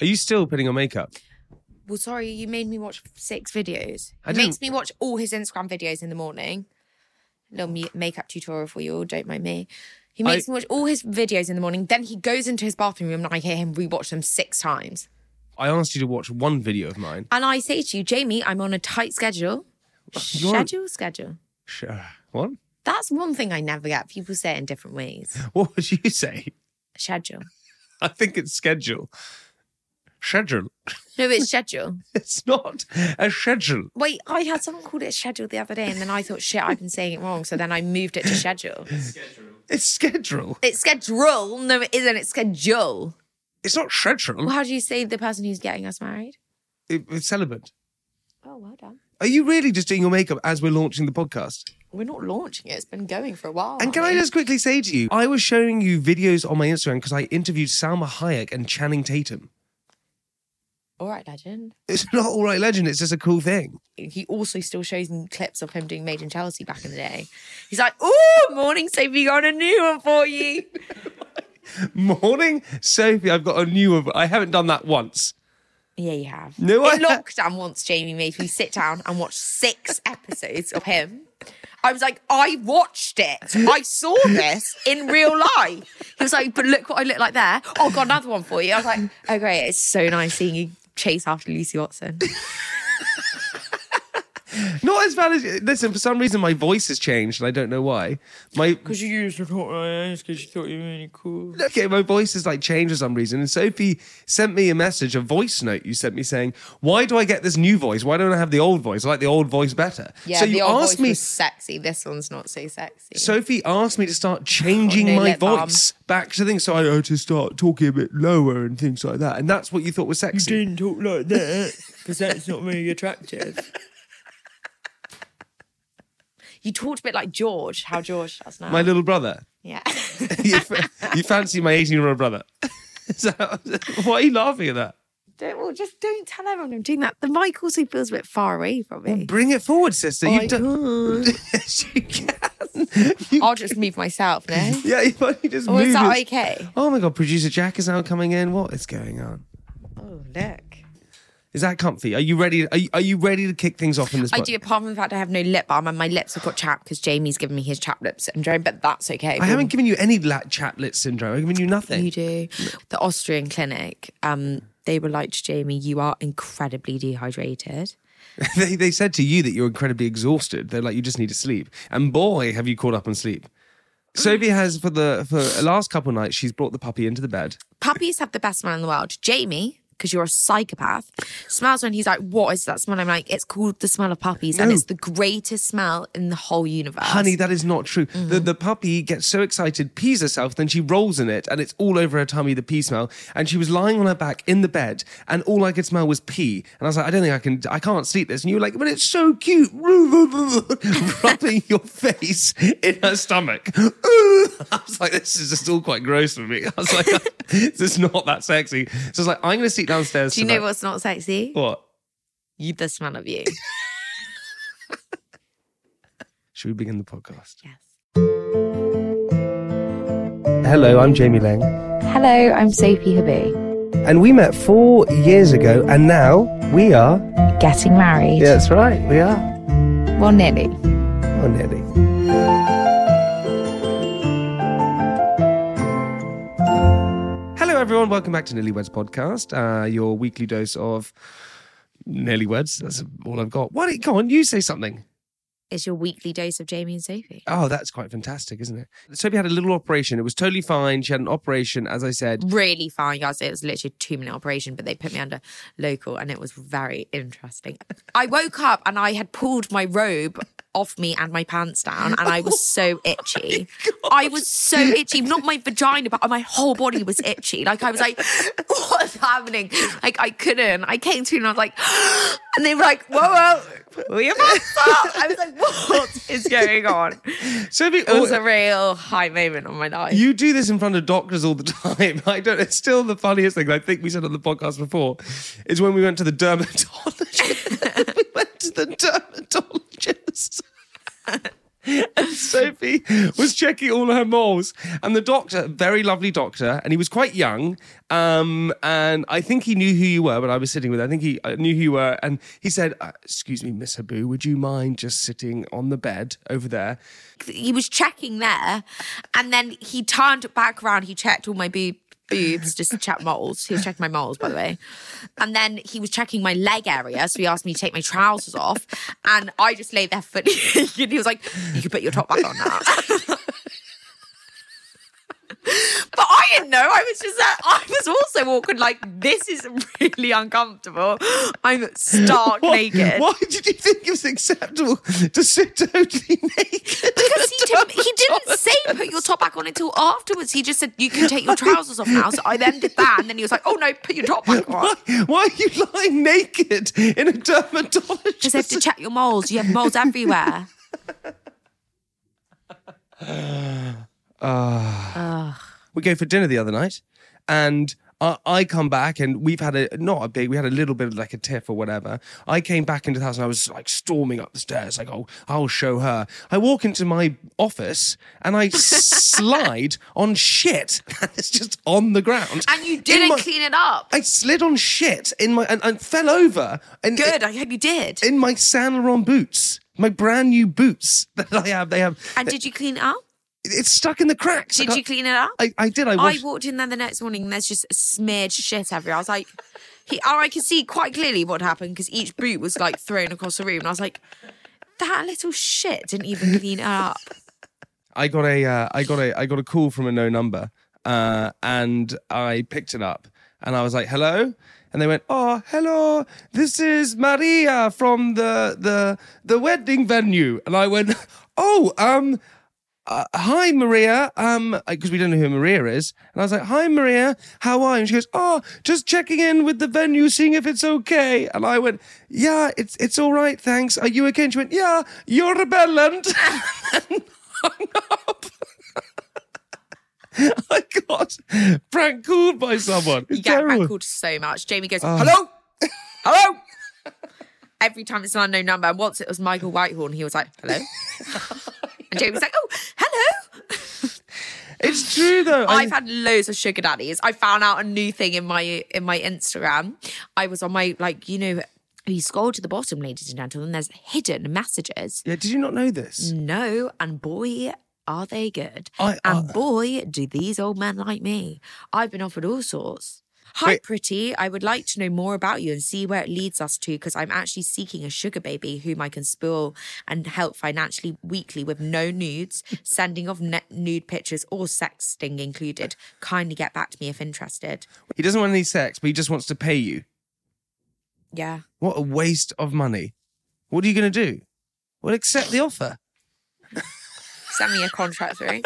Are you still putting on makeup? Well, sorry, you made me watch six videos. I It didn't- makes me watch all his Instagram videos in the morning. Little me- makeup tutorial for you all, don't mind me. He makes me watch all his videos in the morning. Then he goes into his bathroom room and I hear him rewatch them six times. I asked you to watch one video of mine. And I say to you, Jamie, I'm on a tight schedule. You're- Schedule, schedule. Sh- uh, What? That's one thing I never get. People say it in different ways. What would you say? Schedule. I think it's schedule. Schedule. No, it's schedule. It's not a schedule. Wait, I had someone called it schedule the other day, and then I thought, shit, I've been saying it wrong. So then I moved it to schedule. It's schedule. It's schedule. No, it isn't. It's schedule. It's not schedule. Well, how do you say the person who's getting us married? It, it's celibate. Oh, well done. Are you really just doing your makeup as we're launching the podcast? We're not launching it. It's been going for a while. And can I just quickly say to you, I was showing you videos on my Instagram because I interviewed Salma Hayek and Channing Tatum. All right, legend. It's not all right, legend. It's just a cool thing. He also still shows me clips of him doing Made in Chelsea back in the day. He's like, "Oh, morning, Sophie, got a new one for you." Morning, Sophie. I've got a new one. but I haven't done that once. yeah, you have. No, I in ha- lockdown once, Jamie made me sit down and watch six episodes of him. I was like, I watched it. I saw this in real life. He was like, but look what I look like there. Oh, got another one for you. I was like, oh great, it's so nice seeing you chase after Lucy Watson. Not as bad as. Listen, for some reason, my voice has changed, and I don't know why. My Because you used to talk like this because you thought you were really cool. okay, my voice has like changed for some reason. And Sophie sent me a message, a voice note you sent me saying, Why do I get this new voice? Why don't I have the old voice? I like the old voice better. Yeah, so the you old asked voice me was sexy. This one's not so sexy. Sophie asked me to start changing Oh, no, my lip balm. voice back to things. So I had to start talking a bit lower and things like that. And that's what you thought was sexy. didn't talk like that because that's not very attractive. you talked a bit like George. How George does now? My little brother. yeah. you, f- you fancy my 18 year old brother. so, why are you laughing at that? don't, well, just don't tell everyone I'm doing that. The mic also feels a bit far away from me. Bring it forward, sister. Oh, You I don't. you can. You- I'll just move myself now. yeah, you only just Or move is that it. okay? Oh my God, producer Jack is now coming in. What is going on? Oh, look. Is that comfy? Are you ready? Are you, are you ready to kick things off in this? I pod- do, apart from the fact I have no lip balm and my lips have got chapped because Jamie's given me his chapped lip syndrome, but that's okay. I haven't given you any la- chaplet syndrome. I've given you nothing. You do. The Austrian clinic, um, they were like to Jamie, you are incredibly dehydrated. they, they said to you that you're incredibly exhausted. They're like, you just need to sleep. And boy, have you caught up on sleep. Sophie has for the for the last couple nights, she's brought the puppy into the bed. puppies have the best smell in the world. Jamie, because you're a psychopath, smells one. He's like, "What is that smell?" I'm like, "It's called the smell of puppies, and No. it's the greatest smell in the whole universe." Honey, that is not true. The, the puppy gets so excited, pees herself, then she rolls in it, and it's all over her tummy, the pee smell. And she was lying on her back in the bed, and all I could smell was pee. And I was like, I don't think I can, I can't sleep this. And you were like, but it's so cute. Rubbing your face in her stomach. I was like, this is just all quite gross for me. I was like, this is not that sexy. So I was like, I'm going to sleep downstairs. Do you know tonight. what's not sexy? What? You, the smell of you. Should we begin the podcast? yes. Hello, I'm Jamie Lang. Hello, I'm Sophie Habib. And we met four years ago, and now we are. Getting married. Yeah, that's right, we are. Well, nearly. Oh, nearly. Hello, everyone. Welcome back to Nearly Weds podcast, uh, your weekly dose of Nearly Weds. That's all I've got. Why don't go on? You say something. It's your weekly dose of Jamie and Sophie. Oh, that's quite fantastic, isn't it? Sophie had a little operation. It was totally fine. She had an operation, as I said. Really fine, guys. It was literally a two minute operation, but they put me under local and it was very interesting. I woke up and I had pulled my robe off me and my pants down, and I was so itchy. I was so itchy. Not my vagina, but my whole body was itchy. Like I was like, what's happening? Like I couldn't. I came to and I was like, and they were like, whoa, whoa, will you pants up? I was like, what is going on? Sophie, Mm. It was oh, a real high moment of my life. You do this in front of doctors all the time. I don't. It's still the funniest thing. I think we said on the podcast before is when we went to the dermatologist. we went to the dermatologist. Sophie was checking all her moles, and the doctor, very lovely doctor, and he was quite young. Um, and I think he knew who you were, but I was sitting with. I think he uh, knew who you were, and he said, uh, "Excuse me, Miss Habu, would you mind just sitting on the bed over there?" he was checking there, and then he turned back around. He checked all my boob, boobs, just to check moles. He was checking my moles, by the way, and then he was checking my leg area. So he asked me to take my trousers off, and I just lay there foot naked. He was like, "You can put your top back on now." But I didn't know. I was just, uh, I was also awkward. Like this is really uncomfortable. I'm stark Why- naked. Why did you think it was acceptable to sit totally naked? Because he didn't, he didn't say put your top back on until afterwards. He just said you can take your trousers off now. So I then did that, and then he was like, "Oh no, put your top back on." Why, why are you lying naked in a dermatologist? Because they have to check your moles. You have moles everywhere. we go for dinner the other night and I, I come back and we've had a not a big we had a little bit of like a tiff or whatever i came back into the house and i was like storming up the stairs like oh i'll show her i walk into my office and i slide on shit that's just on the ground And you In didn't my- clean it up. i slid on shit in my and, and fell over and Good. I hope you did. in my Saint Laurent boots my brand new boots that i have they have And did you clean it up? it's stuck in the cracks I Did can't- you clean it up? I, I did. I, I washed, walked in there the next morning and there's just smeared shit everywhere. I was like, he, and I could see quite clearly what happened because each boot was like thrown across the room. And I was like, that little shit didn't even clean it up. I got a uh, I got a I got a call from a no number, uh, and I picked it up, and I was like, "Hello," and they went, "Oh, hello, this is Maria from the the the wedding venue," and I went, "Oh, um." Uh, hi Maria, um, because we don't know who Maria is, and I was like, "Hi Maria, how are you?" And she goes, "Oh, just checking in with the venue, seeing if it's okay." And I went, "Yeah, it's it's all right, thanks. Are you okay?" And she went, "Yeah, you're rebellant." I got prank called by someone. It's You get terrible. rankled so much. Jamie goes, hello, hello. Every time it's an unknown number. And once it was Michael Whitehorn, he was like, hello. and Jamie's like, oh, hello. It's true though. I- Oh, I've had loads of sugar daddies. I found out a new thing in my in my Instagram. I was on my like, you know, you scroll to the bottom, ladies and gentlemen, there's hidden messages. yeah, did you not know Mm. this? No, and boy, are they good. I- and boy, do these old men like me. I've been offered all sorts. Hi, Wait. pretty. I would like to know more about you and see where it leads us to because I'm actually seeking a sugar baby whom I can spoil and help financially weekly with no nudes, sending of net nude pictures or sexting included. Kindly get back to me if interested. He doesn't want any sex, but he just wants to pay you. Yeah. What a waste of money. What are you going to do? Well, accept the offer. Send me a contract through.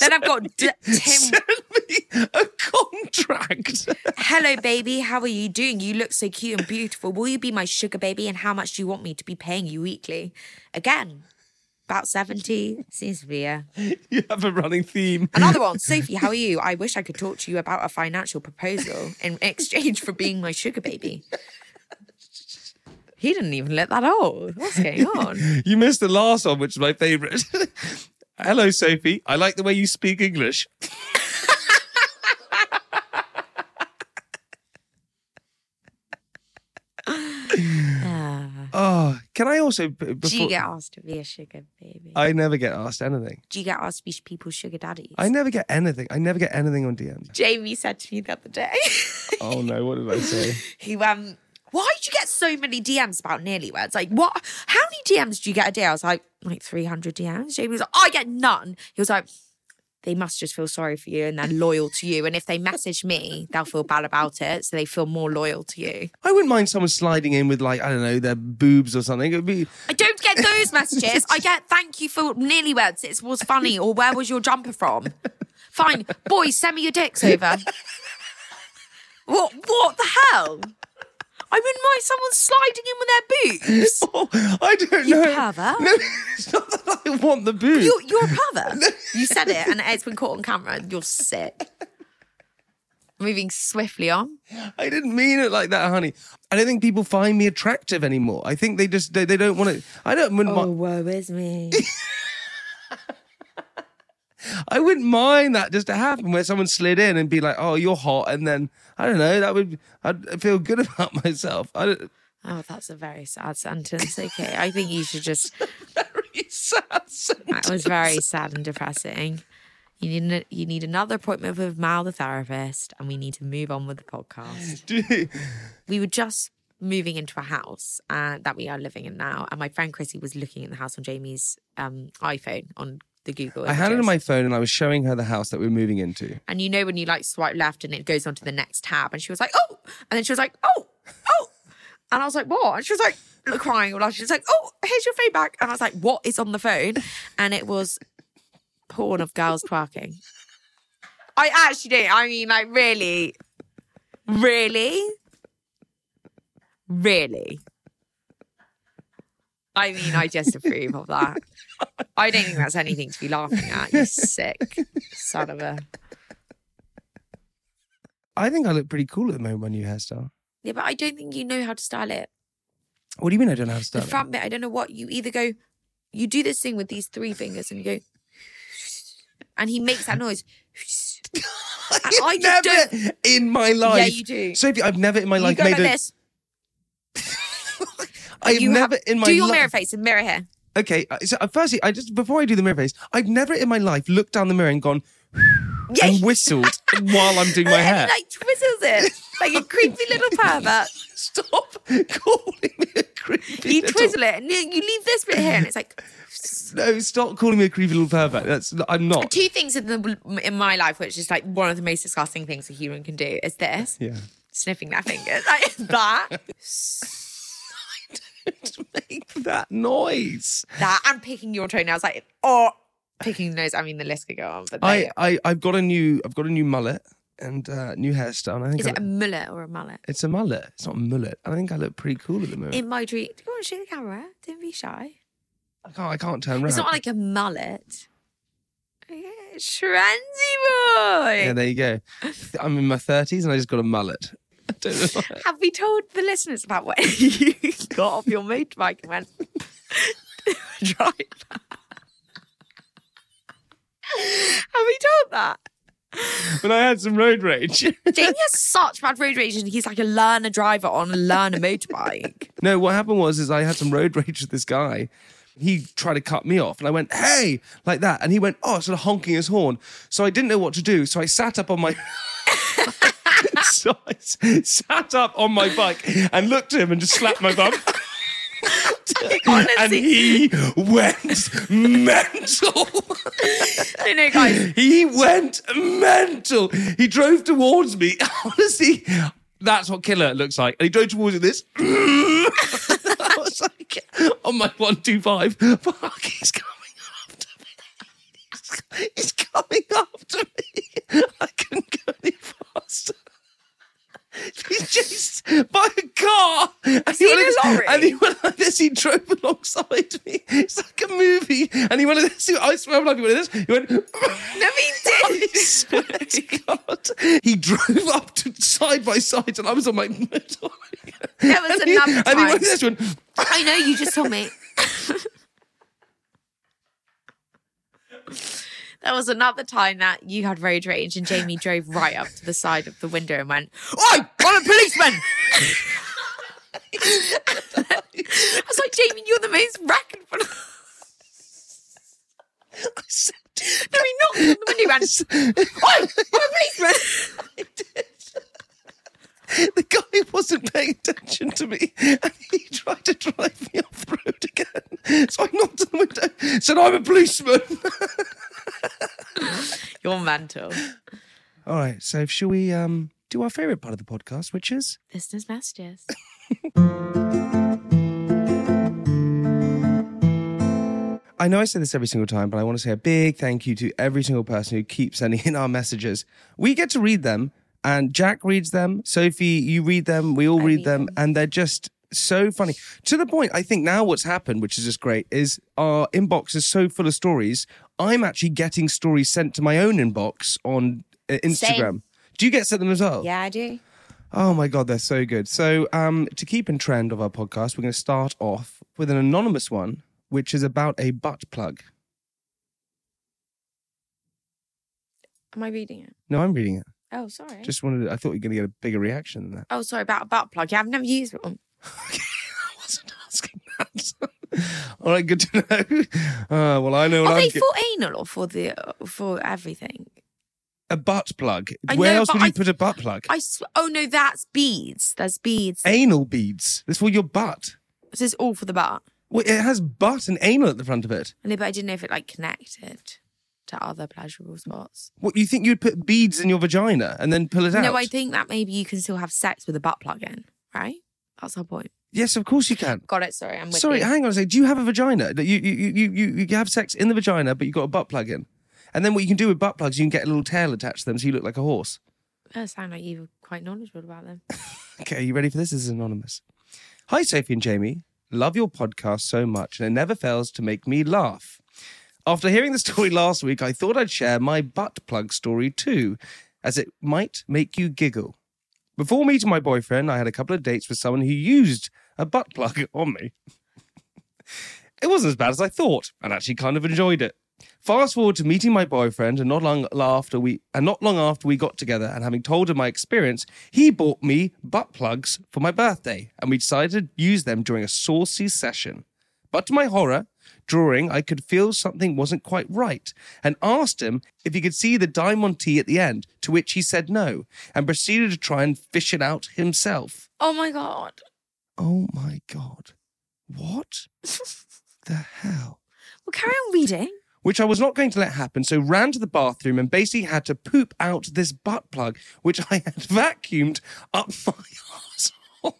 then I've got D- Tim Send me a contract. Hello, baby. How are you doing? You look so cute and beautiful. Will you be my sugar baby? And how much do you want me to be paying you weekly? Again, about 70. Seems to be, yeah. you have a running theme. Another one. Sophie, how are you? I wish I could talk to you about a financial proposal in exchange for being my sugar baby. He didn't even let that out. What's going on? You missed the last one, which is my favorite. Hello, Sophie. I like the way you speak English. Ah. Oh, can I also b- do before you get asked to be a sugar baby? I never get asked anything. do you get asked to be people's sugar daddies? I never get anything. I never get anything on DM. Jamie said to me the other day. Oh no, what did I say? who um why did you get so many DMs about nearly words? Like what how many DMs do you get a day? I was like, like 300 DMs. Jamie was like, I get none. He was like, they must just feel sorry for you and they're loyal to you. And if they message me, they'll feel bad about it. So they feel more loyal to you. I wouldn't mind someone sliding in with like I don't know their boobs or something. It would be I don't get those messages. I get thank you for nearly words. It was funny. Or where was your jumper from? Fine. Boys, send me your dicks over. What what the hell? I wouldn't mind someone sliding in with their boobs. oh, I don't You know. pervert. No, it's not that I want the boobs. You're, you're a pervert. you said it, and it's been caught on camera. You're sick. Moving swiftly on. I didn't mean it like that, honey. I don't think people find Oh, me attractive anymore. I think they just they, they don't want to. I don't. wouldn't Oh, mi- woe is me. I wouldn't mind that just to happen where someone slid in and be like, "Oh, you're hot," and then I don't know. That would I'd feel good about myself. I don't, Oh, that's a very sad sentence. Okay. I think you should just. very sad. sentence. That was very sad and depressing. You need, an- you need another appointment with Mal, the therapist, and we need to move on with the podcast. Do you- We were just moving into a house uh, that we are living in now, and my friend Chrissy was looking at the house on Jamie's um, iPhone on the Google. I had it on images. my phone and I was showing her the house that we're moving into. and you know when you like swipe left and it goes on to the next tab and she was like oh and then she was like oh oh and i was like what and she was like look, crying all out. she was like oh here's your phone back and i was like what is on the phone and it was porn of girls twerking i actually do i mean like really really really I mean, I just approve of that. I don't think that's anything to be laughing at. You sick son of a. I think I look pretty cool at the moment, my new hairstyle. Yeah, but I don't think you know how to style it. What do you mean I don't know how to style the it? front bit, I don't know what you either go, you do this thing with these three fingers and you go, and he makes that noise. And I just never don't. in my life. you do. Sophie, I've never in my you life go made like a. this. I've you never have- in my do your life. mirror face and mirror hair. Okay, uh, so uh, firstly, I just before I do the mirror face, I've never in my life looked down the mirror and gone Yeah. and whistled while I'm doing my and hair. he like twizzles it like a creepy little pervert. Stop calling me a creepy. You little- twizzle it and then you leave this bit here, and it's like No, stop calling me a creepy little pervert. That's I'm not. two things in the in my life, which is like one of the most disgusting things a human can do, is this Yeah. sniffing their fingers like that. Make that noise. that and picking your toenails like or picking the nose. I mean, the list could go on. But I, there I I've got a new I've got a new mullet and uh, new hairstyle. And I think is I it a look- mullet or a mullet? it's a mullet. It's not a mullet. I think I look pretty cool at the moment. In my dream, do you want to show the camera? Don't be shy. I can't I can't turn around. It's not like a mullet. Yeah, Trendy boy. yeah, there you go. I'm in my thirties and I just got a mullet. I don't know. why. Have we told the listeners about when you got off your motorbike and went drive? Have we told that? But I had some road rage. Jamie has such bad road rage, and he's like a learner driver on a learner motorbike. No, what happened was is I had some road rage with this guy. He tried to cut me off, and I went, "Hey!" like that, and he went, "Oh!" sort of honking his horn. So I didn't know what to do. So I sat up on my. so I s- sat up on my bike and looked at him and just slapped my bum. and Honestly. he went mental. No, no, guys. he went mental. He drove towards me. Honestly, that's what killer looks like. And he drove towards me this. I was like, on my 125, fuck, he's coming after me. He's coming after me. I couldn't go any faster. He's chased by a car. And he in went a like- lorry? And he went like this. He drove alongside me. It's like a movie. And he went like this. I swear, I'm like, he went like this. He went. No, he I did. swear to God. He drove up to side by side, and I was on my motorbike. There was And he, another and he time. went this one. I know you just told me. there was another time that you had road rage and Jamie drove right up to the side of the window and went, Oi, I'm a policeman. I was like, Jamie, you're the most reckonable. I said, No, he knocked on the window and went, Oi, I'm a policeman. the guy wasn't paying attention to me, and he tried to drive me off the road again. So I knocked on the window, said, "I'm a policeman." You're mental. All right, so shall we um, do our favourite part of the podcast, which is Listeners' messages. I know I say this every single time, but I want to say a big thank you to every single person who keeps sending in our messages. We get to read them, and Jack reads them, Sophie, you read them, we all read read them, and they're just so funny. To the point, I think now what's happened, which is just great, is our inbox is so full of stories. I'm actually getting stories sent to my own inbox on uh, Instagram. Do you get sent them as well? Yeah, I do. Oh my god, they're so good. So, um, to keep in trend of our podcast, we're going to start off with an anonymous one, which is about a butt plug. Am I reading it? No, I'm reading it. Oh, sorry. Just wanted. I thought you were going to get a bigger reaction than that. oh, sorry about a butt plug. Yeah, I've never used one. I wasn't asking that. All right, good to know. Uh, well, I know what Are I'm. they ge- for anal or for the uh, for everything? a butt plug. I Where know, else but would you I- put a butt plug? I sw- oh no, that's beads. There's beads. anal beads. That's for your butt. This is all for the butt. Well, it has butt and anal at the front of it. I know, but I didn't know if it like connected to other pleasurable spots. What you think you'd put beads in your vagina and then pull it out? No, I think that maybe you can still have sex with a butt plug in, right? That's her point. yes, of course you can. Got it. Sorry, I'm with Sorry, you. hang on a second. Do you have a vagina? That You, you, you, you, you have sex in the vagina, but you've got a butt plug in. And then what you can do with butt plugs, you can get a little tail attached to them so you look like a horse. That sound like you were quite knowledgeable about them. Okay, are you ready for this? This is anonymous. Hi, Sophie and Jamie. Love your podcast so much, and it never fails to make me laugh. After hearing the story last week, I thought I'd share my butt plug story too, as it might make you giggle. Before meeting my boyfriend, I had a couple of dates with someone who used a butt plug on me. it wasn't as bad as I thought, and actually kind of enjoyed it. Fast forward to meeting my boyfriend, and not long after we and not long after we got together, and having told him my experience, he bought me butt plugs for my birthday, and we decided to use them during a saucy session. But to my horror, drawing, I could feel something wasn't quite right, and asked him if he could see the diamond T at the end, to which he said no, and proceeded to try and fish it out himself. Oh my god. Oh my god! What the hell? Well, carry on reading. which I was not going to let happen, so ran to the bathroom and basically had to poop out this butt plug, which I had vacuumed up my asshole.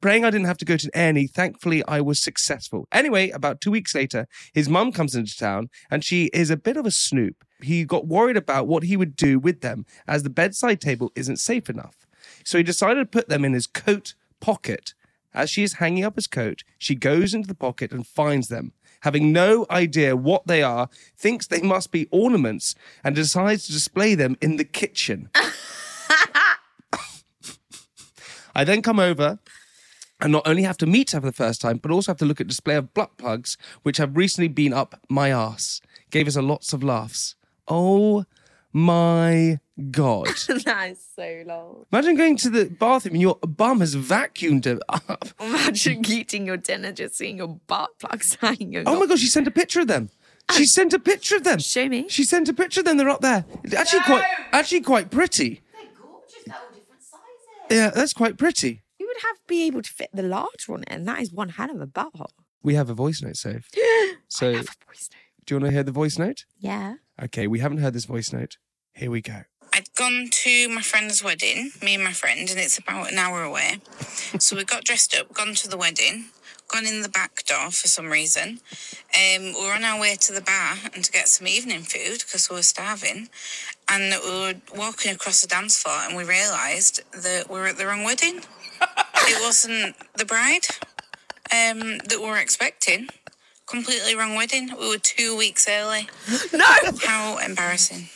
Praying I didn't have to go to any, thankfully I was successful. Anyway, about two weeks later, his mum comes into town and she is a bit of a snoop. He got worried about what he would do with them as the bedside table isn't safe enough. So he decided to put them in his coat pocket. As she is hanging up his coat, she goes into the pocket and finds them. Having no idea what they are, thinks they must be ornaments and decides to display them in the kitchen. I then come over and not only have to meet her for the first time, but also have to look at display of butt plugs, which have recently been up my ass. Gave us a lots of laughs. Oh my god. that is so long. Imagine going to the bathroom and your bum has vacuumed it up. Imagine eating your dinner, just seeing your butt plugs hanging. Oh off. my god, she sent a picture of them. Ah. She sent a picture of them. Show me. She sent a picture of them. They're up there. Actually quite actually quite pretty. They're gorgeous. They're all different sizes. Yeah, that's quite pretty. You would have be able to fit the large one in. That is one hell of a butthole. We have a voice note saved. So do you want to hear the voice note? Yeah. Okay, we haven't heard this voice note. Here we go. I'd gone to my friend's wedding, me and my friend, and it's about an hour away. so we got dressed up, gone to the wedding, gone in the back door for some reason. Um, we were on our way to the bar and to get some evening food because we were starving. And we were walking across the dance floor and we realised that we were at the wrong wedding. it wasn't the bride um, that we were expecting. Completely wrong wedding. We were two weeks early. No. How embarrassing.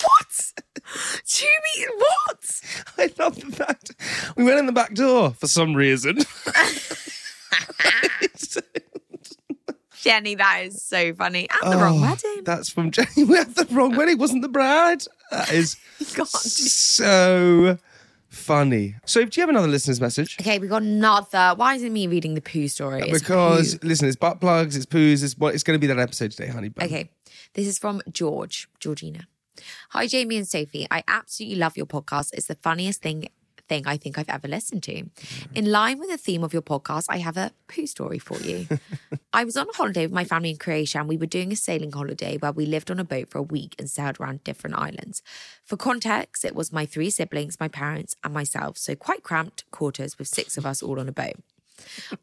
What? Do you mean what? I love the fact we went in the back door for some reason. Jenny, that is so funny. And the wrong wedding. That's from Jenny. We had the wrong wedding. It wasn't the bride. That is God. so funny. So, do you have another listener's message? Okay, we got another. Why isn't me reading the poo story? It's Uh, because poo. listen, it's butt plugs, it's poos, it's what it's going to be that episode today, honey. bun. Okay, this is from George, Georgina. Hi, Jamie and Sophie. I absolutely love your podcast. It's the funniest thing thing I think I've ever listened to. In line with the theme of your podcast, I have a poo story for you. I was on holiday with my family in Croatia and we were doing a sailing holiday where we lived on a boat for a week and sailed around different islands. For context, it was my three siblings, my parents, and myself, so quite cramped quarters with six of us all on a boat.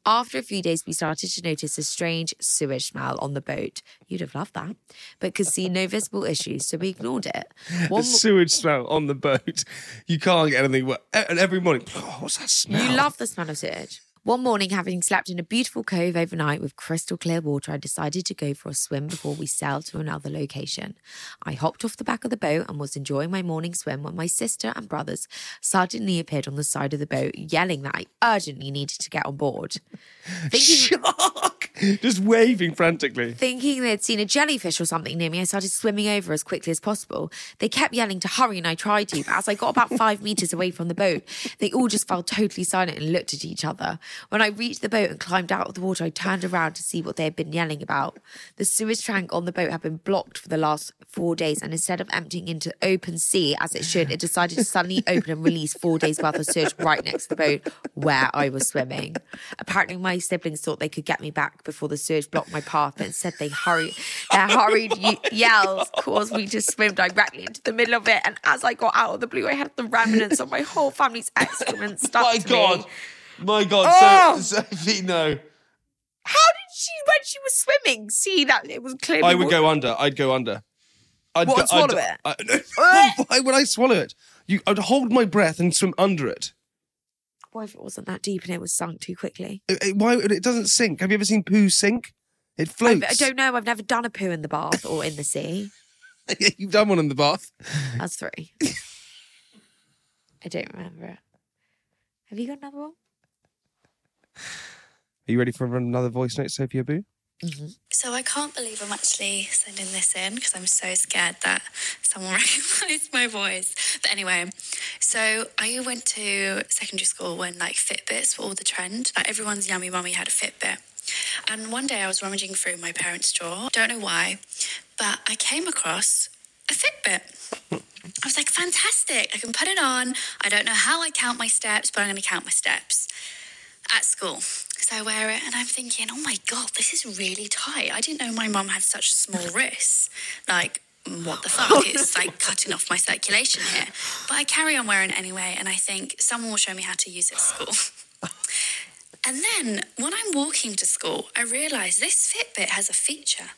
After a few days, we started to notice a strange sewage smell on the boat. You'd have loved that, but could see no visible issues, so we ignored it. The One, sewage smell on the boat. You can't get anything. wor- And every morning, oh, what's that smell? You love the smell of sewage. One morning, having slept in a beautiful cove overnight with crystal clear water, I decided to go for a swim before we sailed to another location. I hopped off the back of the boat and was enjoying my morning swim when my sister and brothers suddenly appeared on the side of the boat, yelling that I urgently needed to get on board. Thinking, Shark! Just waving frantically. thinking they'd seen a jellyfish or something near me, I started swimming over as quickly as possible. They kept yelling to hurry, and I tried to, but as I got about five meters away from the boat, they all just fell totally silent and looked at each other. When I reached the boat and climbed out of the water, I turned around to see what they had been yelling about. The sewage tank on the boat had been blocked for the last four days, and instead of emptying into open sea as it should, it decided to suddenly open and release four days worth of sewage right next to the boat where I was swimming. Apparently, my siblings thought they could get me back before the surge blocked my path, but instead they hurried. Their hurried ye- yells caused me to swim directly into the middle of it. And as I got out of the blue, I had the remnants of my whole family's excrement stuck My to God. me. My God. Oh. So, Ah! Sophie, no. How did she, when she was swimming, see that it was clearly? I would go under. I'd go under. I'd What, go, and swallow I'd- it? I, no, why would I swallow it? You, I'd hold my breath and swim under it. What if it wasn't that deep and it was sunk too quickly? It- it- why it doesn't sink? Have you ever seen poo sink? It I, floats. I don't know. I've never done a poo in the bath or in the sea. You've done one in the bath. That's three. I don't remember it. Have you got another one? Are you ready for another voice note, Sophia Boo? So I can't believe I'm actually sending this in because I'm so scared that someone recognised my voice. But anyway, so I went to secondary school when like Fitbits were all the trend. Like everyone's yummy mummy had a Fitbit. And one day I was rummaging through my parents' drawer. Don't know why, but I came across a Fitbit. I was like, fantastic. I can put it on. I don't know how I count my steps, but I'm going to count my steps at school. So I wear it and I'm thinking, oh my God, this is really tight. I didn't know my mum had such small wrists. Like, what the fuck? It's like cutting off my circulation here. But I carry on wearing it anyway and I think someone will show me how to use it at school. And then when I'm walking to school, I realise this Fitbit has a feature.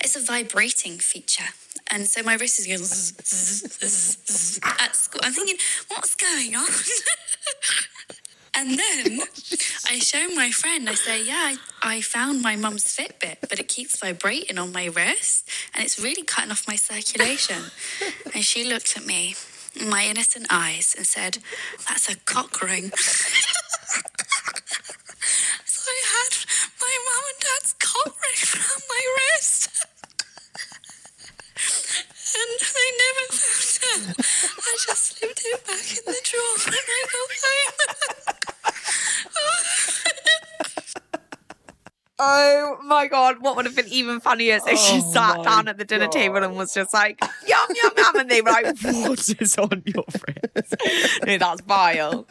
It's a vibrating feature. And so my wrist is going zzz, zzz, zzz, zzz at school. I'm thinking, what's going on? And then I show my friend, I say, Yeah, I, I found my mum's Fitbit, but it keeps vibrating on my wrist and it's really cutting off my circulation. and she looked at me in my innocent eyes and said, That's a cock ring. so I had my mum and dad's cock ring around my wrist. And they never found it. I just slipped it back in the drawer when I got home. Oh my god, what would have been even funnier is if she Oh sat my down at the dinner table and was just like, yum, yum, yum, and they were like, waters on your wrist. no, that's vile.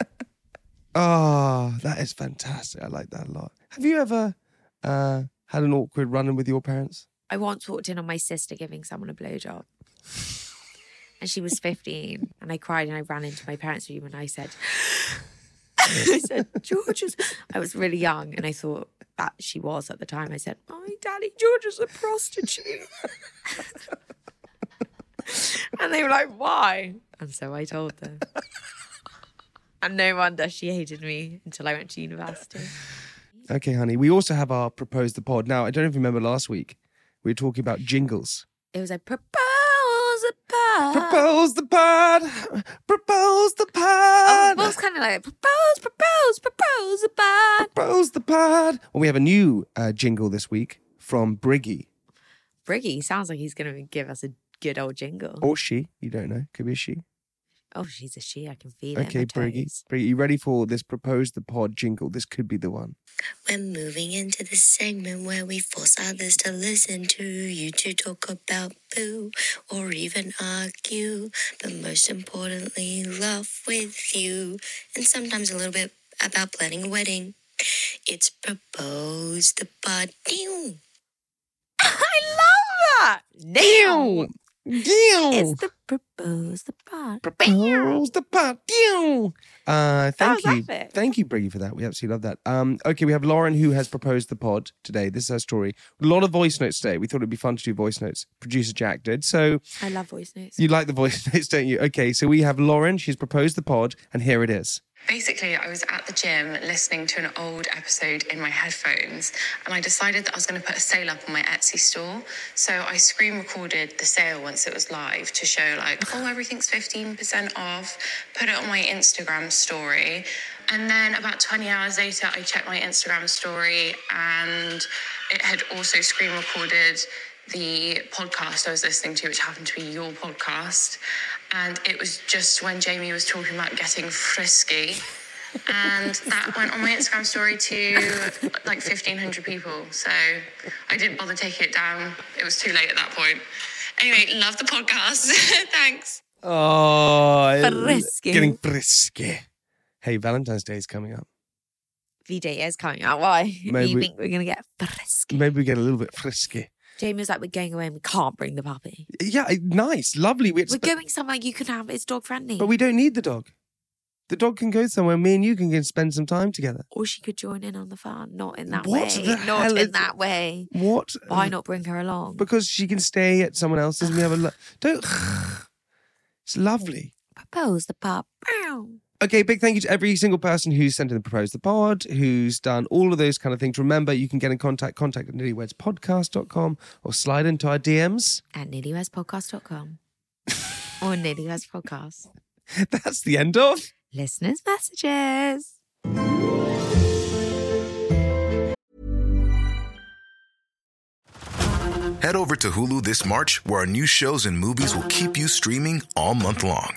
Ah, that is fantastic. I like that a lot. Have you ever uh, had an awkward run in with your parents? I once walked in on my sister giving someone a blowjob. And she was 15. And I cried and I ran into my parents' room and I said, I said, George's. I was really young and I thought that she was at the time. I said, My daddy, George is a prostitute. and they were like, Why? And so I told them. And no wonder she hated me until I went to university. Okay, honey. We also have our propose the pod. Now, I don't know if you remember last week, we were talking about jingles. It was like, Propose a pie. Propose the pod. Propose the Oh, pod. well, it's kind of like propose, propose, propose a bud. Propose the pod. Well, we have a new uh, jingle this week from Briggy Briggy sounds like he's going to give us a good old jingle. Oh, or she. You don't know. Could be a she. she's a she. I can feel it. Okay, in my Briggy. toes. Briggy, you ready for this propose the pod jingle? This could be the one. We're moving into the segment where we force others to listen to you to talk about poo or even argue, but most importantly, laugh with you and sometimes a little bit about planning a wedding. It's proposed the party. I love that. Now It's Oh. it's the propose the bud. Propose the pod. Dew. Uh, thank was you. epic. Thank you, Briggy, for that. We absolutely love that. Um, okay, we have Lauren who has proposed the pod today. This is her story. A lot of voice notes today. We thought it'd be fun to do voice notes. Producer Jack did. So I love voice notes. You like the voice notes, don't you? Okay, so we have Lauren. She's proposed the pod, and here it is. Basically, I was at the gym listening to an old episode in my headphones, and I decided that I was going to put a sale up on my Etsy store. So I screen recorded the sale once it was live to show, like, oh, everything's 15% off, put it on my Instagram story. And then about 20 hours later, I checked my Instagram story and it had also screen recorded the podcast I was listening to, which happened to be your podcast. And it was just when Jamie was talking about getting frisky. And that went on my Instagram story to like 1,500 people. So I didn't bother taking it down. It was too late at that point. Anyway, love the podcast. Thanks. Oh, I- Frisky. getting frisky. Hey, Valentine's Day is coming up. VJ is coming out. Why? Maybe- You think we're going to get frisky? Maybe we get a little bit frisky. Jamie was like, we're going away and we can't bring the puppy. Yeah, I- nice, lovely. We We're expe- going somewhere you can have. It's dog friendly. but we don't need the dog. The dog can go somewhere. Me and you can go spend some time together. or she could join in on the fun. Not in that What way. the not hell in is- Uh, that way. What? Why not bring her along? Because she can stay at someone else's. and we have a lo- don't. It's lovely. Propose the pup. Meow. Okay, big thank you to every single person who's sent in the proposed the pod, who's done all of those kind of things. Remember, you can get in contact, contact at nittywedspodcast.com or slide into our DMs. At nittywestpodcast.com or Nittywest Podcast. That's the end of. Listeners' messages. Head over to Hulu this March, where our new shows and movies will keep you streaming all month long.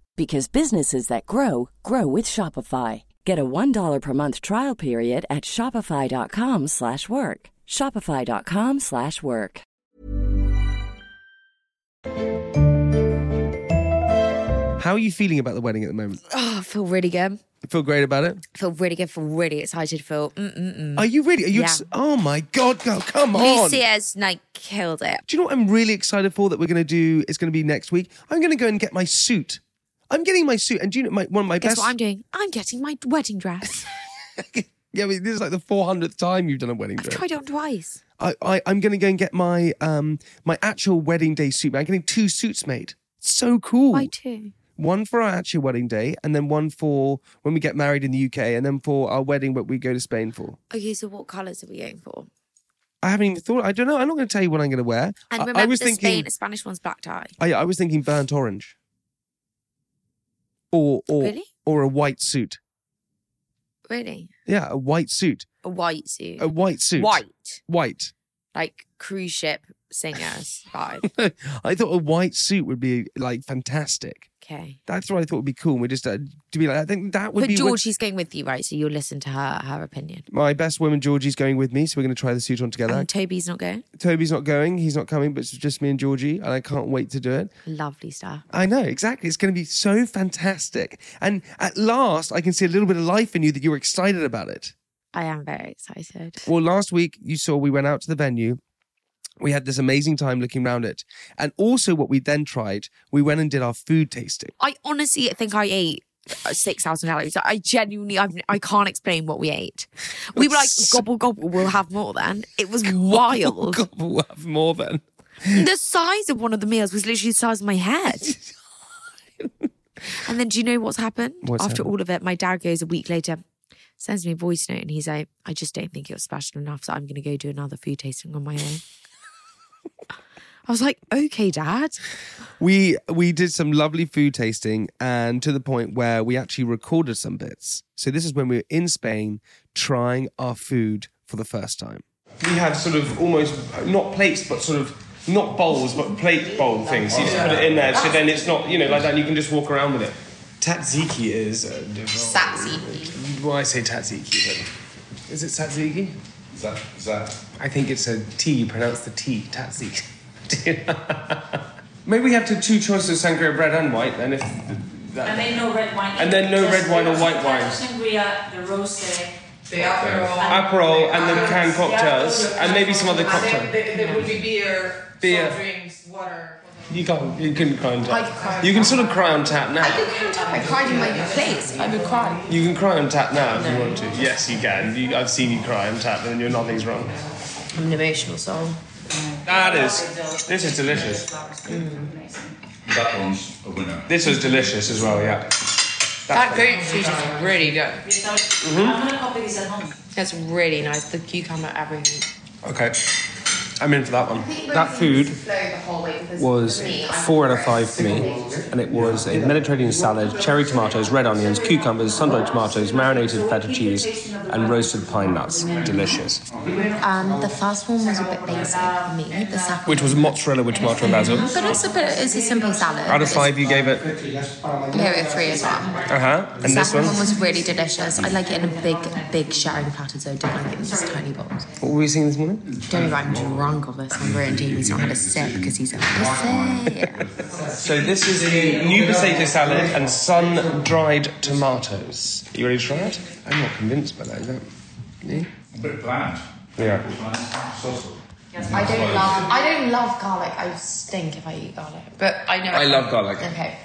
because businesses that grow grow with Shopify. Get a $1 per month trial period at shopify.com/work. slash work. shopify.com/work. slash work. How are you feeling about the wedding at the moment? Oh, I feel really good. Feel great about it? I feel really good. feel really excited. Feel. Mm-mm-mm. Are you really? Are you? Mm. Yeah. ex- oh my God, girl, come on. Lucy has like killed it. Do you know what I'm really excited for that we're going to do? It's going to be next week. I'm going to go and get my suit. I'm getting my suit. And do you know, my, one of my Guess best. what I'm doing? I'm getting my wedding dress. yeah, I mean, this is like the 400th time you've done a wedding I've dress. tried it on twice. I, I, I'm going to go and get my um my actual wedding day suit. I'm getting two suits made. So cool. Why two? One for our actual wedding day, and then one for when we get married in the UK, and then for our wedding what we go to Spain for. Okay, Oh, so what colours are we going for? I haven't even thought. I don't know. I'm not going to tell you what I'm going to wear. And I- remember, I was the thinking. Spain, the Spanish one's black tie. I, I was thinking burnt orange, or or Really? or a white suit. Really? Yeah, a white suit. A white suit. A white suit. White. White. Like cruise ship singers vibe. I thought a white suit would be like fantastic. Okay. That's what I thought would be cool. We just uh, to be like, I think that would But be George, what- she's going with you, right? So you'll listen to her her opinion. my best woman. Georgie's going with me, so we're going to try the suit on together. And Toby's not going. Toby's not going; he's not coming, but it's just me and Georgie, and I can't wait to do it. Lovely stuff. I know exactly. It's going to be so fantastic, and at last, I can see a little bit of life in you that you were excited about it. I am very excited. Well, last week you saw we went out to the venue. We had this amazing time looking around it. And also, what we then tried, we went and did our food tasting. I honestly think I ate uh, 6,000 calories. I genuinely, I've, I can't explain what we ate. We were like, gobble, gobble, we'll have more then. It was wild. God, we'll have more than. The size of one of the meals was literally the size of my head. and then do you know what's happened? What's After happened? all of it, my dad goes a week later, sends me a voice note, and he's like, I just don't think it was special enough, so I'm going to go do another food tasting on my own. I was like, okay, dad. We we did some lovely food tasting, and to the point where we actually recorded some bits. So this is when we were in Spain trying our food for the first time. We had sort of almost not plates, but sort of not bowls, but plate bowl things. You just put it in there, so then it's not you know like that. And you can just walk around with it. Tatziki is. Uh, Tatziki. Why I say tatziki? But is it tatziki? Is that, is that? I think it's a T. You pronounce the T. Tatsi. Maybe we have to two choices of sangria, red and white. Then if that, And then no red wine. And then no Just red wine or white the wine. Sangria, the rosé, the Aperol and then canned cocktails and maybe some other cocktail. there, there would be beer, Beer. soft drinks, water. You can't. You can cry on I can cry tap. on You can sort of cry on tap I now. could count up. I cried in my place. I would cry. You can cry on tap now if you want to. Yes, you can. You, I've seen you cry on tap, and you're nothing's wrong. I'm an emotional soul. That is. This is delicious. Mm. That one's a winner. This was delicious as well. Yeah. That goat food is really good. Mm-hmm. I'm gonna copy these at home. That's really nice. The cucumber, everything. Okay. I'm in for that one. That food was four out of five for me, and it was a Mediterranean salad, cherry tomatoes, red onions, cucumbers, sun-dried tomatoes, marinated feta cheese, and roasted pine nuts. Delicious. Um, the first one was a bit basic for me. The second Which was mozzarella with tomato and basil. But it's a bit. It's a simple salad. Out of five, you gave it. Period three as well. Uh huh. The And this second one. one was really delicious. I like it in a big, big sharing platter, so I don't like it in these tiny bowls. What were we seeing this morning? Don't worry, I'm drunk of this. I'm really He's not had a sip because he's had a sip. So this is the new potato salad and sun-dried tomatoes. Are you ready to try it? I'm not convinced by that. Is that me? A bit bland. Yeah. I don't love. I don't love garlic. I stink if I eat garlic. But I know. I love garlic. Okay.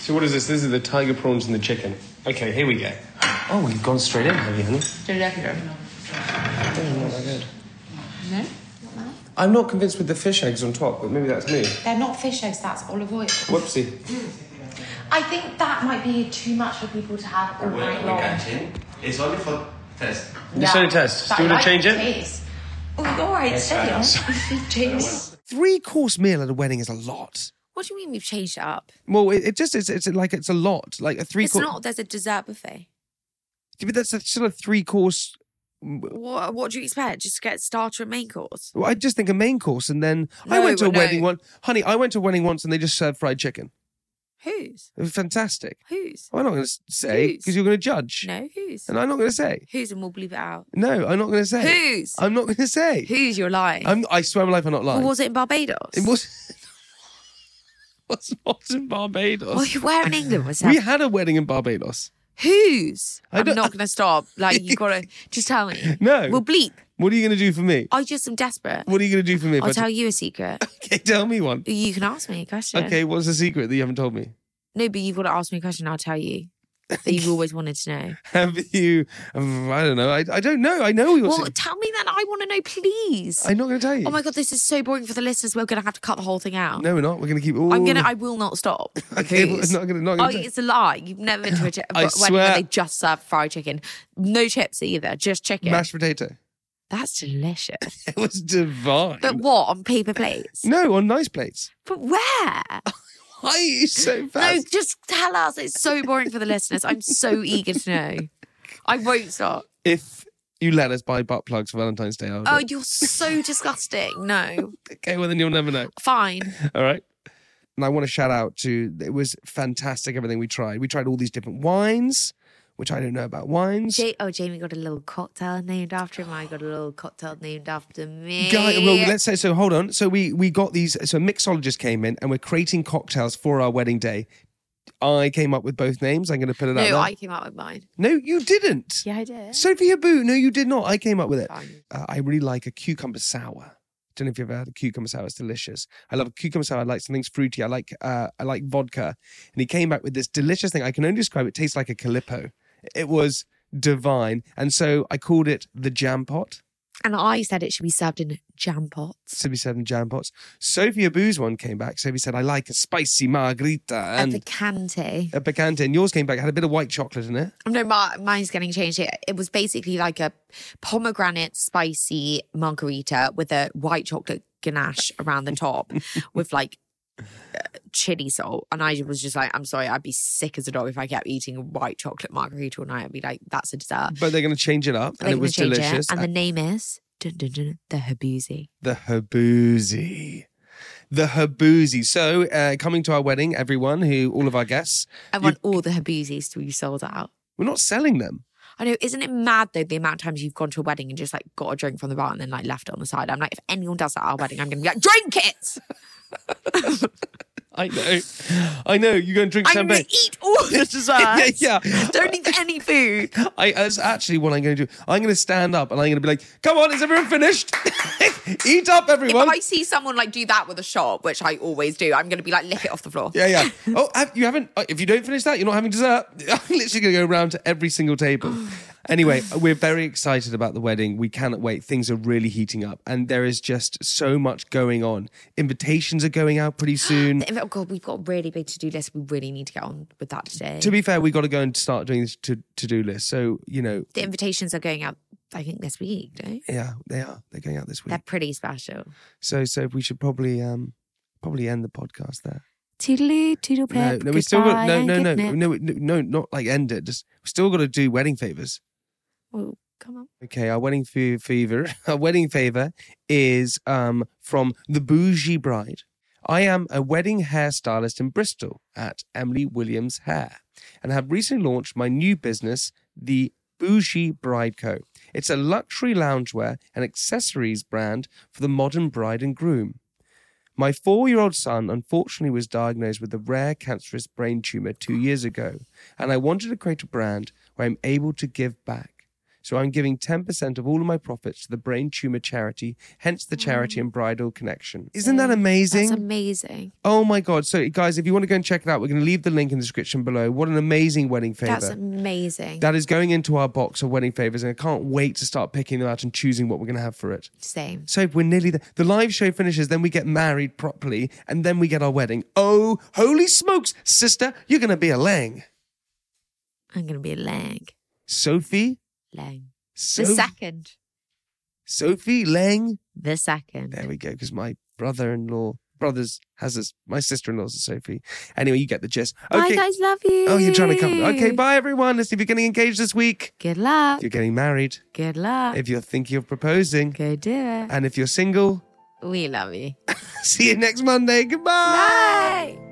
So what is this? This is the tiger prawns and the chicken. Okay, here we go. Oh, you've gone straight in, have you, honey? Did it go? Oh, not that good. No. I'm not convinced with the fish eggs on top, but maybe that's me. They're not fish eggs. That's olive oil. Whoopsie. I think that might be too much for people to have all night long. It's only for test. It's only a test. Do you want to change it? Oh, all right, Yes, stay I on. Change. Three course meal at a wedding is a lot. What do you mean we've changed it up? Well, it, it just is. It's like it's a lot. Like a three it's course. not. There's a dessert buffet. But that's a, still a three course. What, what do you expect? Just get starter and main course. Well, I just think a main course, and then I No, went to a no. wedding one. Honey, I went to a wedding once, and they just served fried chicken. Who's? It was fantastic. Who's? I'm not going to say because you're going to judge. No, who's? And I'm not going to say. Who's and we'll bleep it out. No, I'm not going to say. Whose? I'm not going to say. Who's? You're lying. I'm, I swear my life, I'm not Or lying. was it in Barbados? It was. was not in Barbados. Well, you were in England, was We that? had a wedding in Barbados. Who's? I I'm don't- not going to stop. Like, you got to just tell me. No. We'll bleep. What are you going to do for me? I just am desperate. What are you going to do for me? if I'll I- tell you a secret. Okay, tell me one. You can ask me a question. Okay, what's the secret that you haven't told me? No, but you've got to ask me a question. I'll tell you that you've always wanted to know. Have you? um, I don't know. I, I don't know. I know your Well, secret. tell me then. I want to know, please. I'm not going to tell you. Oh my god, this is so boring for the listeners. We're going to have to cut the whole thing out. No, we're not. We're going to keep all. I'm gonna. I will not stop. Okay, well, Who's? not gonna- not gonna Oh, do it. it's a lie. You've never been to a chi- I when- swear. when they just serve fried chicken, no chips either, just chicken. mashed potato. That's delicious. It was divine. but what on paper plates? no, on nice plates. But where? Why are you so No, fast? just tell us. It's so boring for the listeners. I'm so eager to know. I won't stop. If you let us buy butt plugs for Valentine's Day, I'll do Oh, it. you're so disgusting. No, okay. Well, then you'll never know. fine. All right. And I want to shout out to it was fantastic everything we tried. We tried all these different wines, which I don't know about wines. Ja- oh, Jamie got a little cocktail named after him. I got a little cocktail named after me. Guy, well, let's say so. Hold on. So we we got these. So a mixologist came in, and we're creating cocktails for our wedding day. I came up with both names. I'm going to put it out. no, now. I came out with mine. No, you didn't. Yeah, I did. Sophia Boo. No, you did not. I came up with it. Uh, I really like a cucumber sour. Don't know if you've ever had a cucumber sour. It's delicious. I love a cucumber sour. I like something fruity. I like uh, I like vodka. And he came back with this delicious thing. I can only describe it. Tastes like a calippo. It was divine. And so I called it the jam pot. And I said it should be served in jam pots. Sophie said in jam pots. Sophia Boo's one came back. Sophie said, I like a spicy margarita And and the cante. a picante. And yours came back, had a bit of white chocolate in it. No, my, mine's getting changed. It, it was basically like a pomegranate spicy margarita with a white chocolate ganache around the top with like uh, chili salt. And I was just like, I'm sorry, I'd be sick as a dog if I kept eating a white chocolate margarita all night. I'd be like, that's a dessert. But they're going to change it up. They're and it gonna was change delicious. Uh, And the name is dun, dun, dun, the Habuzi. The Habuzi. The Habuzi. So, uh, coming to our wedding, everyone who, all of our guests, I want all the Habuzis to be sold out. we're not selling them. I know, isn't it mad though the amount of times you've gone to a wedding and just like got a drink from the bar and then like left it on the side? I'm like, if anyone does that at our wedding, I'm gonna be like, drink it. I know. I know. You're going to drink I'm champagne. gonna eat all the desserts. yeah, yeah. Don't eat any food. I, that's actually what I'm going to do. I'm going to stand up and I'm going to be like, come on, is everyone finished? Eat up, everyone. If I see someone like do that with a shot, which I always do, I'm gonna be like, lick it off the floor. Yeah, yeah. Oh, have, you haven't. uh, If you don't finish that, you're not having dessert. I'm literally going to go round to every single table. Anyway, we're very excited about the wedding. We cannot wait. Things are really heating up, and there is just so much going on. Invitations are going out pretty soon. Oh god, we've got a really big to do list. We really need to get on with that today. to be fair, we got to go and start doing this to to do list. So you know, the invitations are going out, I think, this week, don't they? yeah, they are. They're going out this week. They're pretty special. So so we should probably um probably end the podcast there. Toodaloo, toodle pip. no, we still goodbye got no and no good no night. no no no not like end it. Just we still got to do wedding favors. Well, come on. Okay, our wedding fe- fever, our wedding favor is um, from the Bougie Bride. I am a wedding hairstylist in Bristol at Emily Williams Hair, and have recently launched my new business, the Bougie Bride Co. It's a luxury loungewear and accessories brand for the modern bride and groom. My four year old son unfortunately was diagnosed with a rare cancerous brain tumor two years ago, and I wanted to create a brand where I'm able to give back. So I'm giving 10% of all of my profits to the brain tumor charity, hence the charity and bridal connection. Isn't that amazing? That's amazing. oh my God. So, guys, if you want to go and check it out, we're going to leave the link in the description below. What an amazing wedding favor. That's amazing. that is going into our box of wedding favors, and I can't wait to start picking them out and choosing what we're going to have for it. Same. So we're nearly there. The live show finishes, then we get married properly, and then we get our wedding. Oh, holy smokes, sister, you're going to be a lang. I'm gonna be a lang. Sophie? Lang. So- the second. Sophie Lang? The second. There we go, because my brother in law, brothers, has this, my sister in law's a Sophie. Anyway, you get the gist. Bye guys, love you. Oh, you're trying to come. Okay, bye everyone. Let's see if you're getting engaged this week. Good luck. If you're getting married, Good luck. if you're thinking of proposing, Go do it. and if you're single, We love you. see you next Monday. Goodbye. Bye.